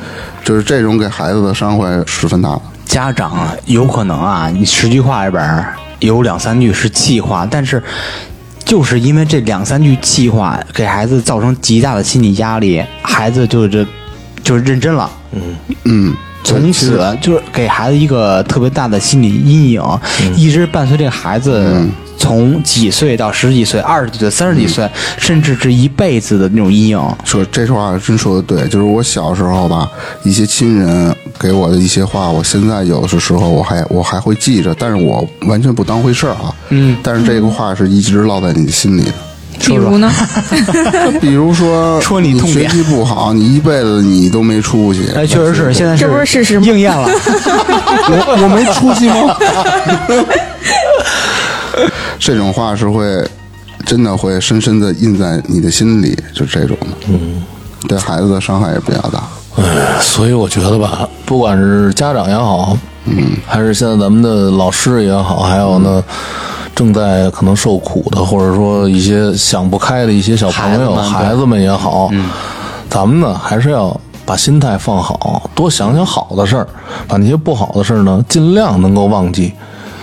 S2: 就是这种给孩子的伤害十分大的。
S1: 家长啊有可能啊，你十句话里边儿有两三句是气话，但是就是因为这两三句气话，给孩子造成极大的心理压力，孩子就这就是认真了。
S2: 嗯，
S1: 从此就是给孩子一个特别大的心理阴影，一直伴随这个孩子从几岁到十几岁、二十几岁、三十几岁，甚至是一辈子的那种阴影。
S2: 说这话真说的对，就是我小时候吧，一些亲人给我的一些话，我现在有的时候我还我还会记着，但是我完全不当回事儿啊。嗯，但是这个话是一直烙在你心里的。
S3: 比如呢？
S2: 比如说，
S1: 戳你痛
S2: 学
S1: 点
S2: 习不好，你一辈子你都没出息。
S1: 哎，确实是，现在是
S3: 这不是事实吗
S1: 应验了。
S2: 我我没出息吗？这种话是会真的会深深的印在你的心里，就这种的，嗯，对孩子的伤害也比较大。
S4: 所以我觉得吧，不管是家长也好，嗯，还是现在咱们的老师也好，还有呢，正在可能受苦的，或者说一些想不开的一些小朋
S1: 孩子
S4: 友、
S1: 们对
S4: 孩子们也好，嗯，咱们呢还是要。把心态放好，多想想好的事儿，把那些不好的事儿呢，尽量能够忘记。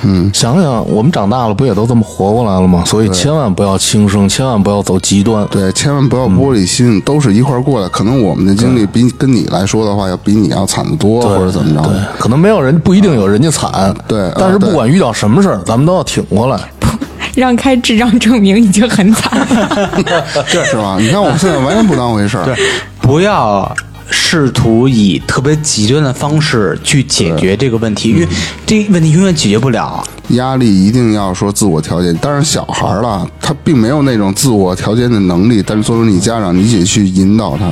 S4: 嗯，想想我们长大了，不也都这么活过来了吗？所以千万不要轻生，千万不要走极端。
S2: 对，千万不要玻璃心，都是一块儿过来。可能我们的经历比跟你来说的话，要比你要惨得多，或者怎么着
S4: 对
S2: 的。，
S4: 啊可能没有人不一定有人家惨，
S2: 对啊
S4: 但是不
S2: 对
S4: 管遇到什么事儿，咱们都要挺过来。
S3: 让开智障证明已经很惨了。
S2: 是吧？你看我现在完全不当回事儿。
S1: 不要试图以特别极端的方式去解决这个问题，因为这个问题永远解决不了。
S2: 压力一定要说自我调节。当然，小孩儿了，他并没有那种自我调节的能力，但是作为你家长，你得去引导他。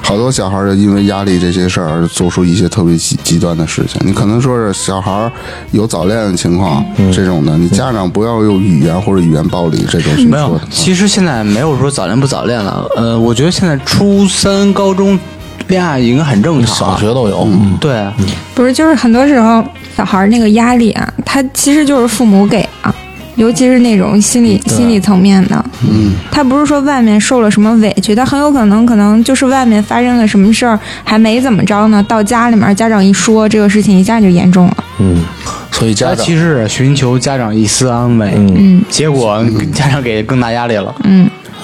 S2: 好多小孩儿就因为压力这些事儿，而做出一些特别极极端的事情。你可能说是小孩儿有早恋的情况、这种的，你家长不要用语言或者语言暴力这种去
S1: 没
S2: 说
S1: 有
S2: 的，。
S1: 其实现在没有说早恋不早恋了。呃，我觉得现在初三、高中恋爱应该很正常。
S4: 小学都有，嗯，
S1: 对，
S3: 不是，就是很多时候小孩儿那个压力啊，他其实就是父母给啊，尤其是那种心理心理层面的。嗯，他不是说外面受了什么委屈，他很有可能可能就是外面发生了什么事儿，还没怎么着呢，到家里面家长一说这个事情，一下就严重了。
S4: 所以家
S1: 他
S4: 长
S1: 其实寻求家长一丝安慰，嗯，结果家长给更大压力了。
S2: 那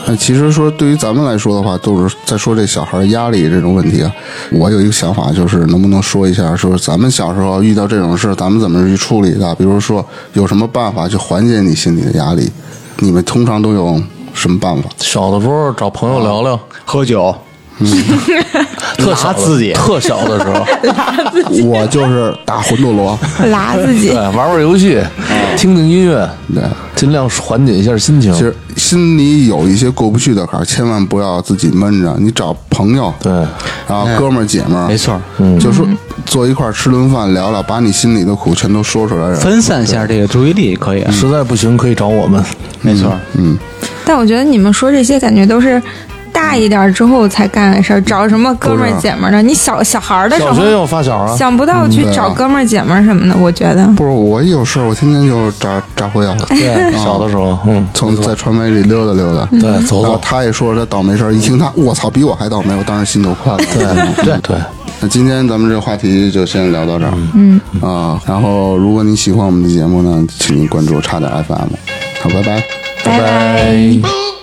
S2: 呃其实说对于咱们来说的话，都是在说这小孩压力这种问题啊。我有一个想法，就是能不能说一下，说咱们小时候遇到这种事，咱们怎么去处理的？比如说有什么办法去缓解你心里的压力？你们通常都有什么办法？
S4: 小的时候找朋友聊聊，
S1: 喝酒，
S4: 特小
S1: 拿
S4: 的
S1: 自己
S4: 特小的时候，
S2: 我就是打魂斗罗，
S3: 拉自己
S4: 对， 玩玩游戏，听听音乐，
S2: 对。
S4: 尽量缓解一下心情。
S2: 其实心里有一些过不去的坎儿，千万不要自己闷着。你找朋友，
S4: 对，
S2: 然后哥们儿姐们儿，
S1: 没错，
S2: 就说坐一块儿吃顿饭，聊聊，把你心里的苦全都说出来。然后
S1: 分散一下这个注意力可以。啊
S4: 实在不行可以找我们。
S1: 没错，
S3: 但我觉得你们说这些，感觉都是大一点之后才干的事儿，找什么哥们儿姐们儿的？你小小孩儿的时
S4: 小学也
S3: 候
S4: 有发小啊，
S3: 想不到去
S2: 对啊
S3: 找哥们儿姐们儿什么的，我觉得。
S2: 不是我一有事儿，我天天就炸炸火药，
S4: 对，小的时候，嗯，
S2: 从在传媒里溜达溜达。
S4: 对，走
S2: 然后
S4: 走，
S2: 他也说他倒霉事儿，一听他，我操，比我还倒霉，我当时心都宽了。对
S4: 对对，
S2: 那今天咱们这个话题就先聊到这儿。嗯啊，然后如果你喜欢我们的节目呢，请您关注差点 FM。好，拜拜。
S4: 拜拜。
S5: Boo.